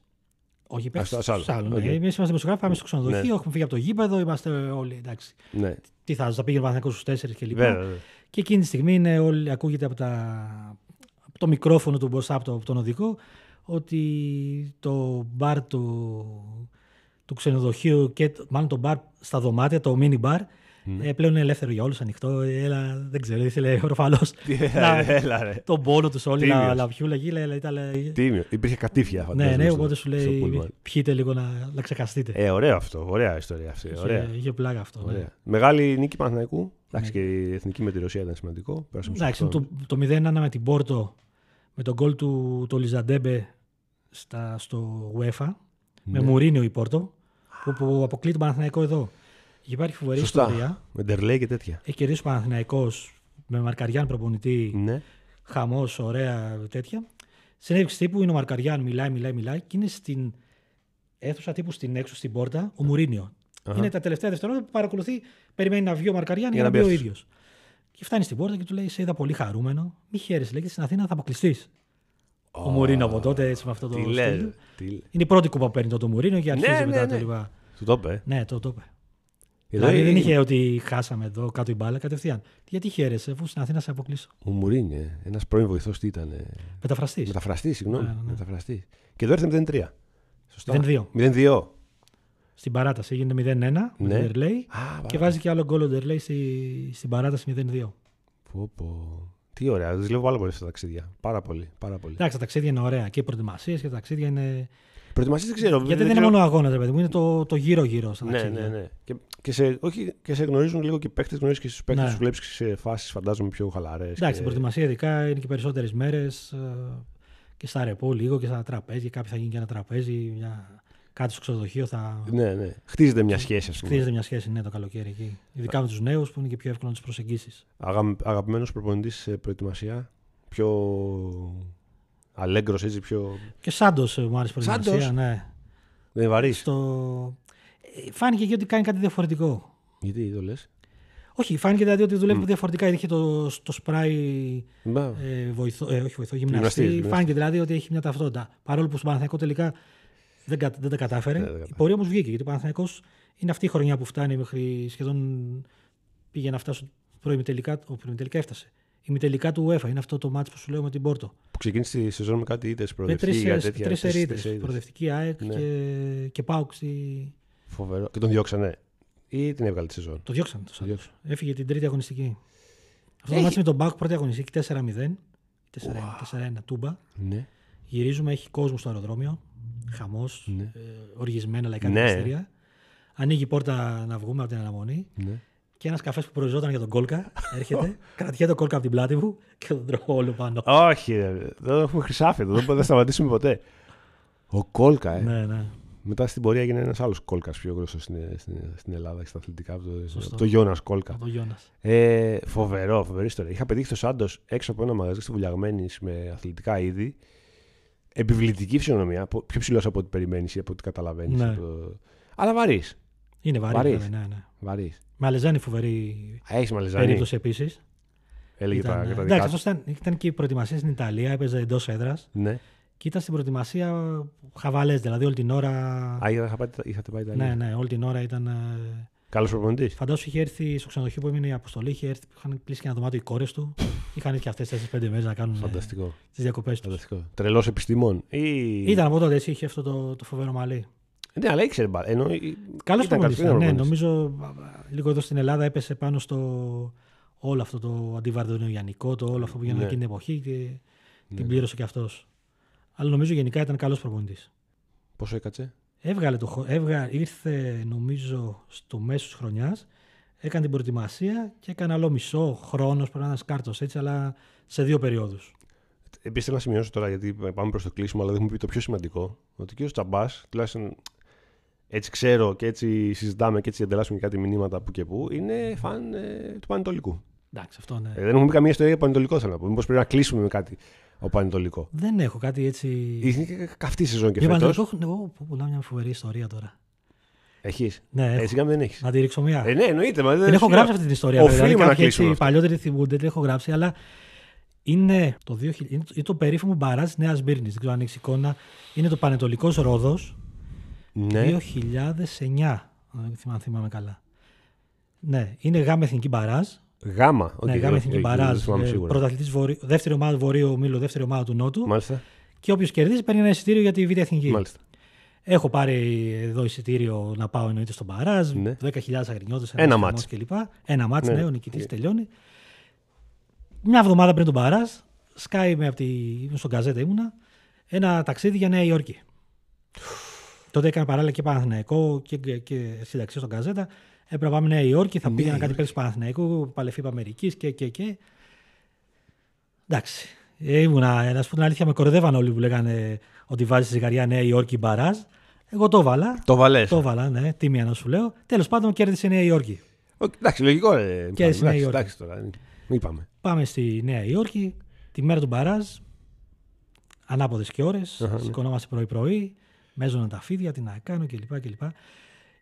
B: Όχι, οι
A: Ας,
B: παίχτε.
A: στο- στο άλλο,
B: Εμεί
A: οκ.
B: ναι. είμαστε δημοσιογράφοι, πάμε στο ξενοδοχείο,
A: Ναι.
B: έχουμε φύγει από το γήπεδο, είμαστε όλοι εντάξει.
A: Ναι,
B: Τι θα, θα πήγαινε ο Παναθηναϊκός στους 4 και λοιπά.
A: βέβαια. βέβαια.
B: Και εκείνη τη στιγμή είναι όλοι, ακούγεται από, τα, από το μικρόφωνο του μπροστά από, το, από τον οδηγό ότι το μπαρ του, του ξενοδοχείου και το- μάλλον το μπαρ στα δωμάτια, το mini bar,
A: Ναι.
B: ε, πλέον είναι ελεύθερο για όλους, ανοιχτό. ε, Έλα, δεν ξέρω, ήθελε προφανώς να-
A: Έλα, ρε.
B: τον πόνο τους όλοι να
A: Τίμιος.
B: λαβιούλα γύλα, αλλά ήταν... λέει,
A: Τίμιο. Υπήρχε κατήφια.
B: Ναι,
A: φαντάζομαι,
B: ναι,
A: στο-
B: οπότε σου
A: στο
B: λέει
A: πούλμαν.
B: πιείτε λίγο να, να ξεχαστείτε.
A: Ε, ωραίο αυτό. Ωραία ιστορία αυτή.
B: Είχε-
A: Ε, Ωραία.
B: Είχε πλάκα αυτό. ναι.
A: ωραία. Μεγάλη νίκη Παναθηναϊκού. Εντάξει, και η εθνική με τη Ρωσία ήταν σημαντικό. Πέρασαμε στους
B: Εντάξει,
A: οκτώ.
B: το, το 0-1 με την Πόρτο με τον γκολ του το Λιζαντέμπε στα, στο UEFA.
A: Ναι.
B: Με Μουρίνιο η Πόρτο που, που αποκλεί τον Παναθηναϊκό εδώ. Υπάρχει φοβερή
A: Σωστά.
B: ιστορία.
A: Με Ντερλέι και τέτοια.
B: Έχει κερδίσει ο Παναθηναϊκός με Μαρκαριάν προπονητή.
A: Ναι.
B: Χαμός, ωραία, τέτοια. Συνέντευξη τύπου είναι ο Μαρκαριάν, μιλάει, μιλάει, μιλάει και είναι στην αίθουσα τύπου στην έξω, στην πόρτα, ο μουρινιο
A: Αχα.
B: Είναι τα τελευταία δευτερόλεπτα που παρακολουθεί, περιμένει να βγει ο Μαρκαριάν για
A: Για να
B: να μπει ο
A: μπει
B: ίδιος. Και φτάνει στην πόρτα και του λέει: Σε είδα πολύ χαρούμενο. Μη χαίρεσαι, λέει, και στην Αθήνα θα αποκλειστείς. Ο Μουρίνο από τότε, έτσι με αυτό το
A: Τι
B: στυλ
A: λε.
B: του. Είναι η πρώτη κούπα που παίρνει τότε ο Μουρίνο και αρχίζει
A: ναι,
B: μετά
A: ναι.
B: το λοιπά.
A: Του το είπε.
B: Ναι, το το είπε.
A: Εδώ
B: δηλαδή δεν
A: είναι-
B: είχε ότι χάσαμε εδώ κάτω η μπάλα κατευθείαν. Γιατί χαίρεσαι, αφού στην Αθήνα σε αποκλείσω.
A: Ο Μουρίνιε, ένας πρώην βοηθός τι ήταν.
B: Μεταφραστής.
A: Μεταφραστής, συγγνώμη.
B: Ναι, ναι.
A: Μεταφραστής. Και εδώ έρθει 0-3. Σωστά.
B: 0-2.
A: 0-2.
B: Στην παράταση έγινε 0-1 με
A: Ναι.
B: τον Ερλέη
A: Α,
B: και
A: και
B: βάζει και άλλο γκολ ο Ντερλέη στη, στην παράταση 0-2.
A: πω, πω. Τι ωραία. Δουλεύω πάρα πολύ στα ταξίδια. Πάρα πολύ. Πάρα πολύ.
B: Εντάξει, τα ταξίδια είναι ωραία και οι προετοιμασίες και τα ταξίδια είναι.
A: Προετοιμασίε δεν ξέρω.
B: Γιατί δεν είναι
A: ξέρω-
B: μόνο αγώνας, ρε παιδί μου, είναι το, το γύρω-γύρω στα
A: Ναι,
B: ταξίδια.
A: ναι, ναι. Και, και, σε, όχι, και σε γνωρίζουν λίγο και οι παίχτε, γνωρίζεις και στους παίχτε,
B: Ναι.
A: του βλέπει σε φάσεις φαντάζομαι πιο χαλαρές.
B: Εντάξει, στην προετοιμασία ειδικά είναι και περισσότερες μέρες και στα ρεπό λίγο και στα τραπέζια. Κάποιοι θα γίνει και ένα τραπέζι, μια... κάτι στο ξενοδοχείο θα.
A: Ναι, ναι. Χτίζεται μια σχέση, ας πούμε.
B: Χτίζεται μια σχέση ναι, το καλοκαίρι εκεί. Ειδικά με τους νέους που είναι και πιο εύκολο να τους προσεγγίσεις.
A: Αγα... Αγαπημένος προπονητής σε προετοιμασία. Πιο. Αλέγκρος, έτσι πιο. Ε,
B: Και Σάντος μου άρεσε η προετοιμασία.
A: Σάντος.
B: Ναι.
A: Δεν είναι βαρύς.
B: Στο... Ε, Φάνηκε και ότι κάνει κάτι διαφορετικό.
A: Γιατί το λες.
B: Όχι, φάνηκε δηλαδή ότι δουλεύει διαφορετικά. Είχε το, το σπράι ε, βοηθό, ε, όχι βοηθό, γυμναστή.
A: Γυμναστής, γυμναστής.
B: Φάνηκε δηλαδή ότι έχει μια ταυτότητα. Παρόλο που στον Παναθηναϊκό τελικά δεν, κα- δεν τα κατάφερε.
A: Ναι, δεν κατάφερε.
B: η πορεία όμως βγήκε. Γιατί ο Παναθηναϊκός είναι αυτή η χρονιά που φτάνει μέχρι σχεδόν πήγε να φτάσει προημιτελικά. Ο προημιτελικά έφτασε. Η μητελικά του UEFA είναι αυτό το μάτι που σου λέω με την Πόρτο.
A: Που ξεκίνησε τη σεζόν με κάτι ήττε
B: Με
A: προοδευτική. για τέτοια,
B: τρεις
A: τέσσερις
B: ερείτε.
A: ήττες.
B: Προοδευτική ΑΕΚ
A: Ναι.
B: και, και ΠΑΟΚ. στη-
A: Φοβερό. Και τον διώξανε. Ή την έβγαλε τη σεζόν.
B: Το διώξαν το Σάντος.
A: διώξαν.
B: Έφυγε την τρίτη αγωνιστική. Αυτό το
A: Έχει-
B: μάτι με τον ΠΑΟΚ πρώτη αγωνιστική 4-0. 4-1 τούμπα.
A: Ναι.
B: Γυρίζουμε, έχει κόσμο στο αεροδρόμιο. Χαμός,
A: Ναι.
B: ε, οργισμένα λαϊκά
A: Ναι.
B: δικαστήρια. Ανοίγει η πόρτα να βγούμε από την αναμονή.
A: ναι.
B: Και ένας καφές που προϊζόταν για τον Κόλκα έρχεται, κρατιέται τον Κόλκα από την πλάτη μου και τον τρώω όλο πάνω.
A: Όχι, ρε, δεν έχουμε χρυσάφι εδώ, δεν θα σταματήσουμε ποτέ. Ο Κόλκα, ε.
B: ναι, ναι.
A: Μετά στην πορεία έγινε ένας άλλος Κόλκας πιο γνωστό στην, στην, στην Ελλάδα και στα αθλητικά. Από το,
B: Σωστό.
A: από το Γιώνας Κόλκα.
B: Από τον Γιώνας.
A: Ε, φοβερό, φοβερή ιστορία. Είχα πετύχει το Σάντος έξω από ένα μαγαζί στη Βουλιαγμένης με αθλητικά είδη. Επιβλητική φυσιονομία, πο- πιο ψηλός από ό,τι περιμένεις ή από ό,τι καταλαβαίνεις.
B: Ναι.
A: Αλλά βαρύς.
B: Είναι βαρύ.
A: Βαρύς.
B: βέβαια, Ναι, ναι.
A: Βαρύς.
B: Με Αλεζάνη φοβερή
A: Έχει μαλεζάνι.
B: περίπτωση επίσης.
A: Έλεγε τα, τα
B: Εντάξει,
A: δικά
B: αυτό
A: του.
B: ήταν, ήταν και η προετοιμασία στην Ιταλία, έπαιζε εντός έδρας
A: Ναι.
B: και ήταν στην προετοιμασία χαβαλές, δηλαδή όλη την ώρα.
A: Α, είχα πάει- είχατε πάει Ιταλία.
B: Ναι, ναι, όλη την ώρα ήταν. ε,
A: Καλός προπονητής.
B: Φαντάσου είχε έρθει στο ξενοδοχείο που έμεινε η αποστολή, είχε έρθει, είχαν κλείσει και ένα δωμάτιο οι κόρες του. είχαν έρθει αυτέ τι πέντε μέρες να κάνουν ε,
A: Φανταστικό.
B: τις διακοπές τους.
A: Φανταστικό. Τρελός επιστημόν. Ή...
B: Ήταν από τότε έτσι, είχε αυτό το, το φοβερό μαλλί.
A: Ναι, αλλά ήξερε μπα. Ενώ...
B: Καλός
A: ήταν
B: προπονητής.
A: καλός,
B: ήταν, Ναι,
A: ήταν προπονητής.
B: νομίζω α, α, λίγο εδώ στην Ελλάδα έπεσε πάνω στο όλο αυτό το αντιβαρδονιανικό, το όλο αυτό που γίνανε
A: Ναι.
B: εκείνη την εποχή και την πλήρωσε κι αυτός. Αλλά νομίζω γενικά ήταν καλός προπονητής.
A: Πόσο έκατσε.
B: Έβγαλε το χο- έβγα, ήρθε νομίζω στο μέσο της χρονιάς, έκανε την προετοιμασία και έκανε άλλο μισό χρόνος. Πρέπει να είναι κάρτος έτσι, αλλά σε δύο περιόδους.
A: Επίσης θέλω να σημειώσω τώρα, γιατί πάμε προς το κλείσιμο, αλλά δεν μου πει το πιο σημαντικό. Ότι ο κύριος Τσαμπάς, τουλάχιστον έτσι ξέρω και έτσι συζητάμε και έτσι ανταλλάσσουμε κάτι μηνύματα που και που, είναι φαν ε, του Πανετολικού.
B: Εντάξει, αυτό ναι.
A: Ε, δεν έχουμε πει καμία ιστορία για Πανετολικό, θέλω να πω. Μήπως πρέπει να κλείσουμε με κάτι ο Πανετολικό.
B: Δεν έχω κάτι έτσι.
A: Είναι και καυτή σεζόν και
B: Για
A: φέτο.
B: Παναθηναϊκό έχω- εγώ που πουλάω μια φοβερή ιστορία τώρα.
A: Έχεις.
B: Ναι, έχω.
A: Έτσι κάμε Ε, δεν έχεις.
B: Να τη ρίξω μια.
A: Ε, ναι, εννοείται. Μα,
B: δεν έχω γράψει αυτή την ιστορία. βέβαια.
A: Οφείλουμε να
B: κάποιοι έτσι
A: κλείσουμε. αυτό.
B: παλιότεροι θυμούνται, την έχω γράψει, αλλά είναι το, 2000, είναι το- είναι το περίφημο μπαράζ Νέα Μπύρνη. Δεν ξέρω αν έχεις εικόνα. Είναι το Πανετολικός Ρόδος.
A: Ναι.
B: 2009, αν θυμά- αν θυμάμαι καλά. Ναι, είναι γάμα εθνική μπαράζ.
A: Γάμα.
B: ναι,
A: Οκ, όχι,
B: γάμα εθνική
A: όχι, Δεν
B: μπαράζ.
A: θυμάμαι
B: ε,
A: σίγουρα.
B: Πρωταθλητής βορείου, δεύτερη ομάδα του Βορείου Ομίλου, δεύτερη ομάδα του Νότου.
A: Μάλιστα.
B: Και όποιος κερδίζει παίρνει ένα εισιτήριο για τη Β' Εθνική.
A: Μάλιστα.
B: Έχω πάρει εδώ εισιτήριο να πάω εννοείται στον Μπαράζ.
A: Ναι.
B: 10.000 αγρινιώτες,
A: Ένα μάτς.
B: κλπ. Ένα μάτς, ναι,
A: Ναι.
B: ο νικητής τελειώνει. Μια εβδομάδα πριν τον Μπαράζ, σκάει με από τη. ήμουν στον Καζέτα ήμουνα, ένα ταξίδι για Νέα Υόρκη. Τότε έκανα παράλληλα και Παναθηναϊκό και, και συνταξία στον Καζέτα. Έπρεπε να πάμε Νέα Υόρκη, θα πήγαινα κάτι παίξει Παναθηναϊκού, παλεφή Αμερική και, και, και. Εντάξει. Ε, Ήμουνα, να σου πω την αλήθεια, με κορδεύαν όλοι που λέγανε ότι βάζει ζυγαριά Νέα Υόρκη μπαράζ. Εγώ το έβαλα.
A: Το βαλέ.
B: Το έβαλα, ναι, τίμια να σου λέω. Τέλος πάντων κέρδισε η Νέα Υόρκη.
A: Εντάξει, λογικό ρε.
B: Και στη Νέα
A: Εντάξει,
B: Υόρκη.
A: εντάξει τώρα. ε, Μην πάμε.
B: Πάμε στη Νέα Υόρκη, τη μέρα του μπαράζ, ανάποδες και ώρες.
A: Αχα, ναι.
B: Σηκωνόμαστε πρωί-πρωί, μέζωναν τα φίδια, τι να κάνω κλπ. κλπ.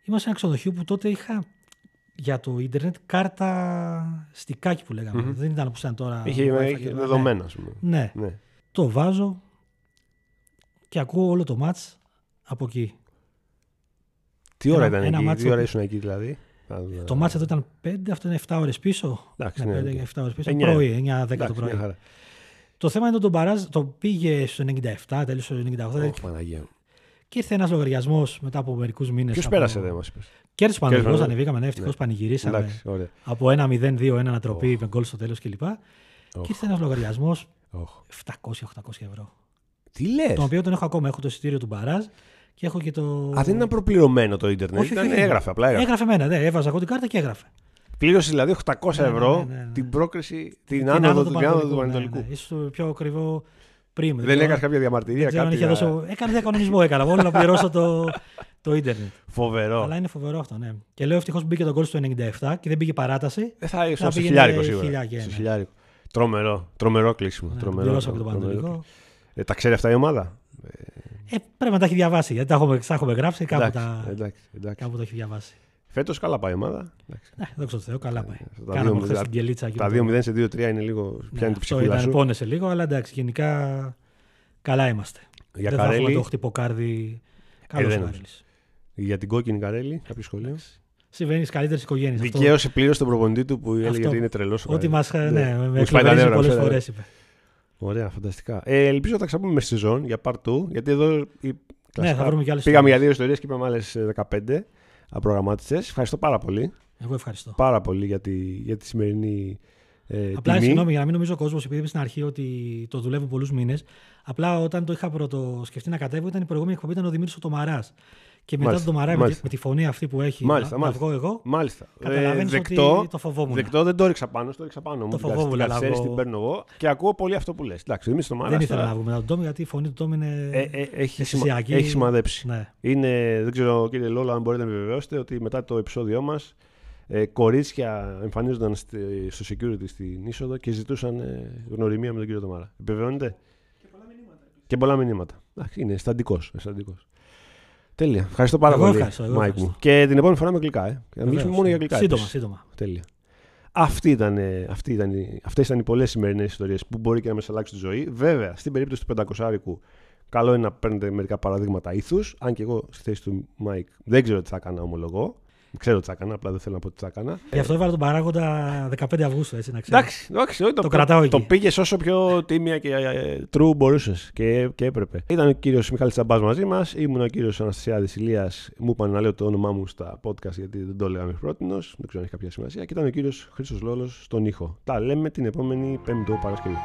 B: Είμαστε σε ένα ξενοδοχείο που τότε είχα για το ίντερνετ κάρτα στικάκι που λεγαμε
A: Μμμ.
B: Δεν ήταν όπω ήταν τώρα.
A: Είχε,
B: Wi-Fi
A: είχε
B: κλπ. Ναι.
A: δεδομένα, ας πούμε.
B: Ναι.
A: Ναι.
B: Το βάζω και ακούω όλο το μάτς από εκεί.
A: Τι ώρα
B: Ένα-
A: ήταν
B: ένα
A: εκεί,
B: μάτσο
A: τι ώρα
B: που-
A: ήσουν εκεί δηλαδή.
B: Το μάτς εδώ ήταν 5, αυτό είναι 7 ώρες πίσω.
A: Εντάξει,
B: ναι,
A: ναι, οκ.
B: 5 7 ώρες πίσω.
A: Εννιά.
B: Πρωί, 9-10 το
A: Εντάξει, μια
B: πρωί.
A: χαρά.
B: Το θέμα είναι ότι τον Μπαράζ το πήγε στο 97, τέλειωσε το 98
A: Ωχ, Παναγία μου.
B: και ήρθε ένας λογαριασμός μετά από μερικούς μήνες.
A: Ποιος
B: από-
A: πέρασε, δεν μας είπες.
B: Κέρδισε ο Παναγιώ,
A: Κέρδισε ο Παναθηναϊκός.
B: ανεβήκαμε, ναι, ευτυχώς
A: Ναι.
B: πανηγυρίσαμε.
A: Εντάξει, ωραία.
B: Από 1-0-2, ένα ανατροπή, με γκολ στο τέλος κλπ.
A: Οχ.
B: Και ήρθε ένας λογαριασμός
A: Ωχ.
B: 700-800 ευρώ.
A: Τι λες.
B: Τον οποίο τον έχω ακόμα. Έχω το εισιτήριο του Μπαράζ και έχω και το.
A: Α, δεν ήταν προπληρωμένο το Ιντερνετ.
B: Όχι,
A: Ήταν,
B: όχι, όχι.
A: έγραφε, απλά έγραφε.
B: Έγραφε εμένα, ναι, έβαζα εγώ την κάρτα και έγραφε.
A: Πλήρωσε δηλαδή 800
B: Ναι, ναι,
A: ευρώ
B: ναι, ναι, ναι.
A: την πρόκριση, την
B: Την
A: άνοδο
B: άνοδο
A: του
B: του
A: την άνοδο του
B: Πανατολικού, ναι,
A: Πανατολικού.
B: ναι. Ίσως το πιο ακριβό πριν.
A: Δεν έκανε κάποια
B: δεν
A: διαμαρτυρία,
B: ξέρω αν
A: κάτι.
B: είχε
A: να-
B: δώσει. Έκανε διακανονισμό, έκανα. Μόνο να πληρώσω το, το ίντερνετ.
A: Φοβερό.
B: Αλλά είναι φοβερό αυτό, ναι. Και λέω ευτυχώς μπήκε τον γκολ στο 97 και δεν πήγε παράταση.
A: Δεν Ε, θα ήρθε
B: Να
A: στο
B: πήγαινε
A: χιλιάρικο σίγουρα.
B: χιλιάκια,
A: Στο
B: ναι.
A: χιλιάρικο. Τρομερό, τρομερό κλείσιμο.
B: Ναι,
A: τρομερό,
B: Πληρώσαμε και τον
A: τρομερό.
B: Πανατολικό.
A: Ε, τα ξέρει αυτά η ομάδα.
B: Ε, πρέπει να τα έχει διαβάσει. Γιατί τα έχουμε, τα έχουμε γράψει, κάπου
A: Εντάξει,
B: τα,
A: εντάξει, εντάξει.
B: κάπου τα έχει διαβάσει.
A: Φέτος καλά πάει η ομάδα. Εντάξει.
B: Ναι, δόξα τω Θεώ, καλά πάει.
A: Ε, τα
B: Κάναμε
A: δύο
B: χθε
A: μηδέν-
B: την κελίτσα εκεί.
A: Τα 2-0 σε 2-3 είναι λίγο. Πιάνει την
B: Ναι, Αυτό
A: ψυχούλα
B: ήταν,
A: σου.
B: πόνεσε λίγο, αλλά εντάξει, γενικά καλά είμαστε.
A: Για
B: δεν θα έχουμε το
A: Καρέλη,
B: χτυποκάρδι. Καλός
A: δεν
B: ε,
A: νομίζω. για την κόκκινη Καρέλη, κάποιο σχολείο.
B: Συμβαίνει στι καλύτερες οικογένειες.
A: Δικαίωσε πλήρω τον προπονητή του που έλεγε
B: Αυτό.
A: ότι είναι τρελός.
B: Ότι μα. Ναι, με
A: Μου σπάει τα
B: εκπληκτικέ
A: νεύρα,
B: πολλές
A: μου σπάει τα
B: φορές είπε.
A: Ωραία, φανταστικά. Ε, ελπίζω να τα ξαπούμε μες στη σεζόν για part 2, γιατί εδώ η...
B: Ναι, θα βρούμε και άλλες
A: Πήγαμε
B: ιστορίες.
A: για δύο ιστορίες και είπαμε άλλες 15 απρογραμμάτιστε. Ευχαριστώ πάρα πολύ.
B: Εγώ ευχαριστώ.
A: Πάρα πολύ για τη, για τη σημερινή ε,
B: Απλά
A: τιμή.
B: συγγνώμη για να μην νομίζει ο κόσμος, επειδή είπε στην αρχή ότι το δουλεύω πολλούς μήνες. Απλά όταν το είχα πρώτο σκεφτεί να κατέβω, ήταν η προηγούμενη εκπομπή, ήταν ο Δημήτρης Τομαρά. Και μετά τον
A: Μάλιστα,
B: Τομαρά, με, τη-
A: μάλιστα.
B: με τη φωνή αυτή που έχει,
A: Μάλιστα,
B: να,
A: μάλιστα.
B: να βγω εγώ,
A: Μάλιστα. Ε,
B: Καταλαβαίνεις
A: δεκτό,
B: ότι το φοβόμουν.
A: Δεκτό δεν το έριξα πάνω, το έριξα πάνω μου.
B: Το
A: Εντάξει,
B: φοβόμουν,
A: την
B: αλλά
A: καθυστέρηση
B: εγώ-
A: την παίρνω εγώ και ακούω πολύ αυτό που λες. Εντάξει, εμείς στο Μάρα.
B: δεν ήθελα να βγω μετά τον Τόμι, γιατί η φωνή του Τόμι είναι.
A: Ε, ε, έχει, σημα-
B: αισθησιακή.
A: έχει σημαδέψει.
B: Ναι.
A: Είναι, δεν ξέρω κύριε Λόλα αν μπορείτε να με βεβαιώσετε ότι μετά το επεισόδιό μας ε, κορίτσια εμφανίζονταν στη- στο security στην είσοδο και ζητούσαν ε, γνωριμία με τον κύριο Τομάρα. Επιβεβαιώνετε. Και πολλά μηνύματα. Εντάξει, είναι αισθαντικός. αισθαντικός. Τέλεια. Ευχαριστώ πάρα
B: Εγώ
A: πολύ,
B: ευχαριστώ, εγώ
A: Μάικ
B: ευχαριστώ.
A: μου. Και την επόμενη φορά με γλυκά. Ε. Να μιλήσουμε
B: Βεβαίως,
A: μόνο
B: ναι.
A: για γλυκά.
B: Σύντομα,
A: έτσι.
B: σύντομα.
A: Τέλεια. Αυτή ήταν, ε, αυτή ήταν, η- αυτές ήταν οι πολλές σημερινές ιστορίες που μπορεί και να μας αλλάξει τη ζωή. Βέβαια, στην περίπτωση του 500άρικου, καλό είναι να παίρνετε μερικά παραδείγματα ήθους. Αν και εγώ στη θέση του Μάικ δεν ξέρω τι θα έκανα, ομολογώ. Ξέρω τι θα έκανα, απλά δεν θέλω να πω τι θα έκανα.
B: Γι' αυτό έβαλα τον παράγοντα 15 Αυγούστου, έτσι να ξέρεις.
A: Ε. Εντάξει, εντάξει, όχι, το,
B: Το κρατάω εκεί.
A: Το πήγες όσο πιο τίμια και ε, true μπορούσες και, και έπρεπε. Ήταν ο κύριος Μιχάλης Τσαμπάς μαζί μας, ήμουν ο κύριος Αναστασιάδης Ηλίας. Μου είπαν να λέω το όνομά μου στα podcast γιατί δεν το λέγαμε πρότινος. Δεν ξέρω αν έχει κάποια σημασία. Και ήταν ο κύριος Χρήστος Λόλος στον ήχο. Τα λέμε την επόμενη Πέμπτο Παρασκευή.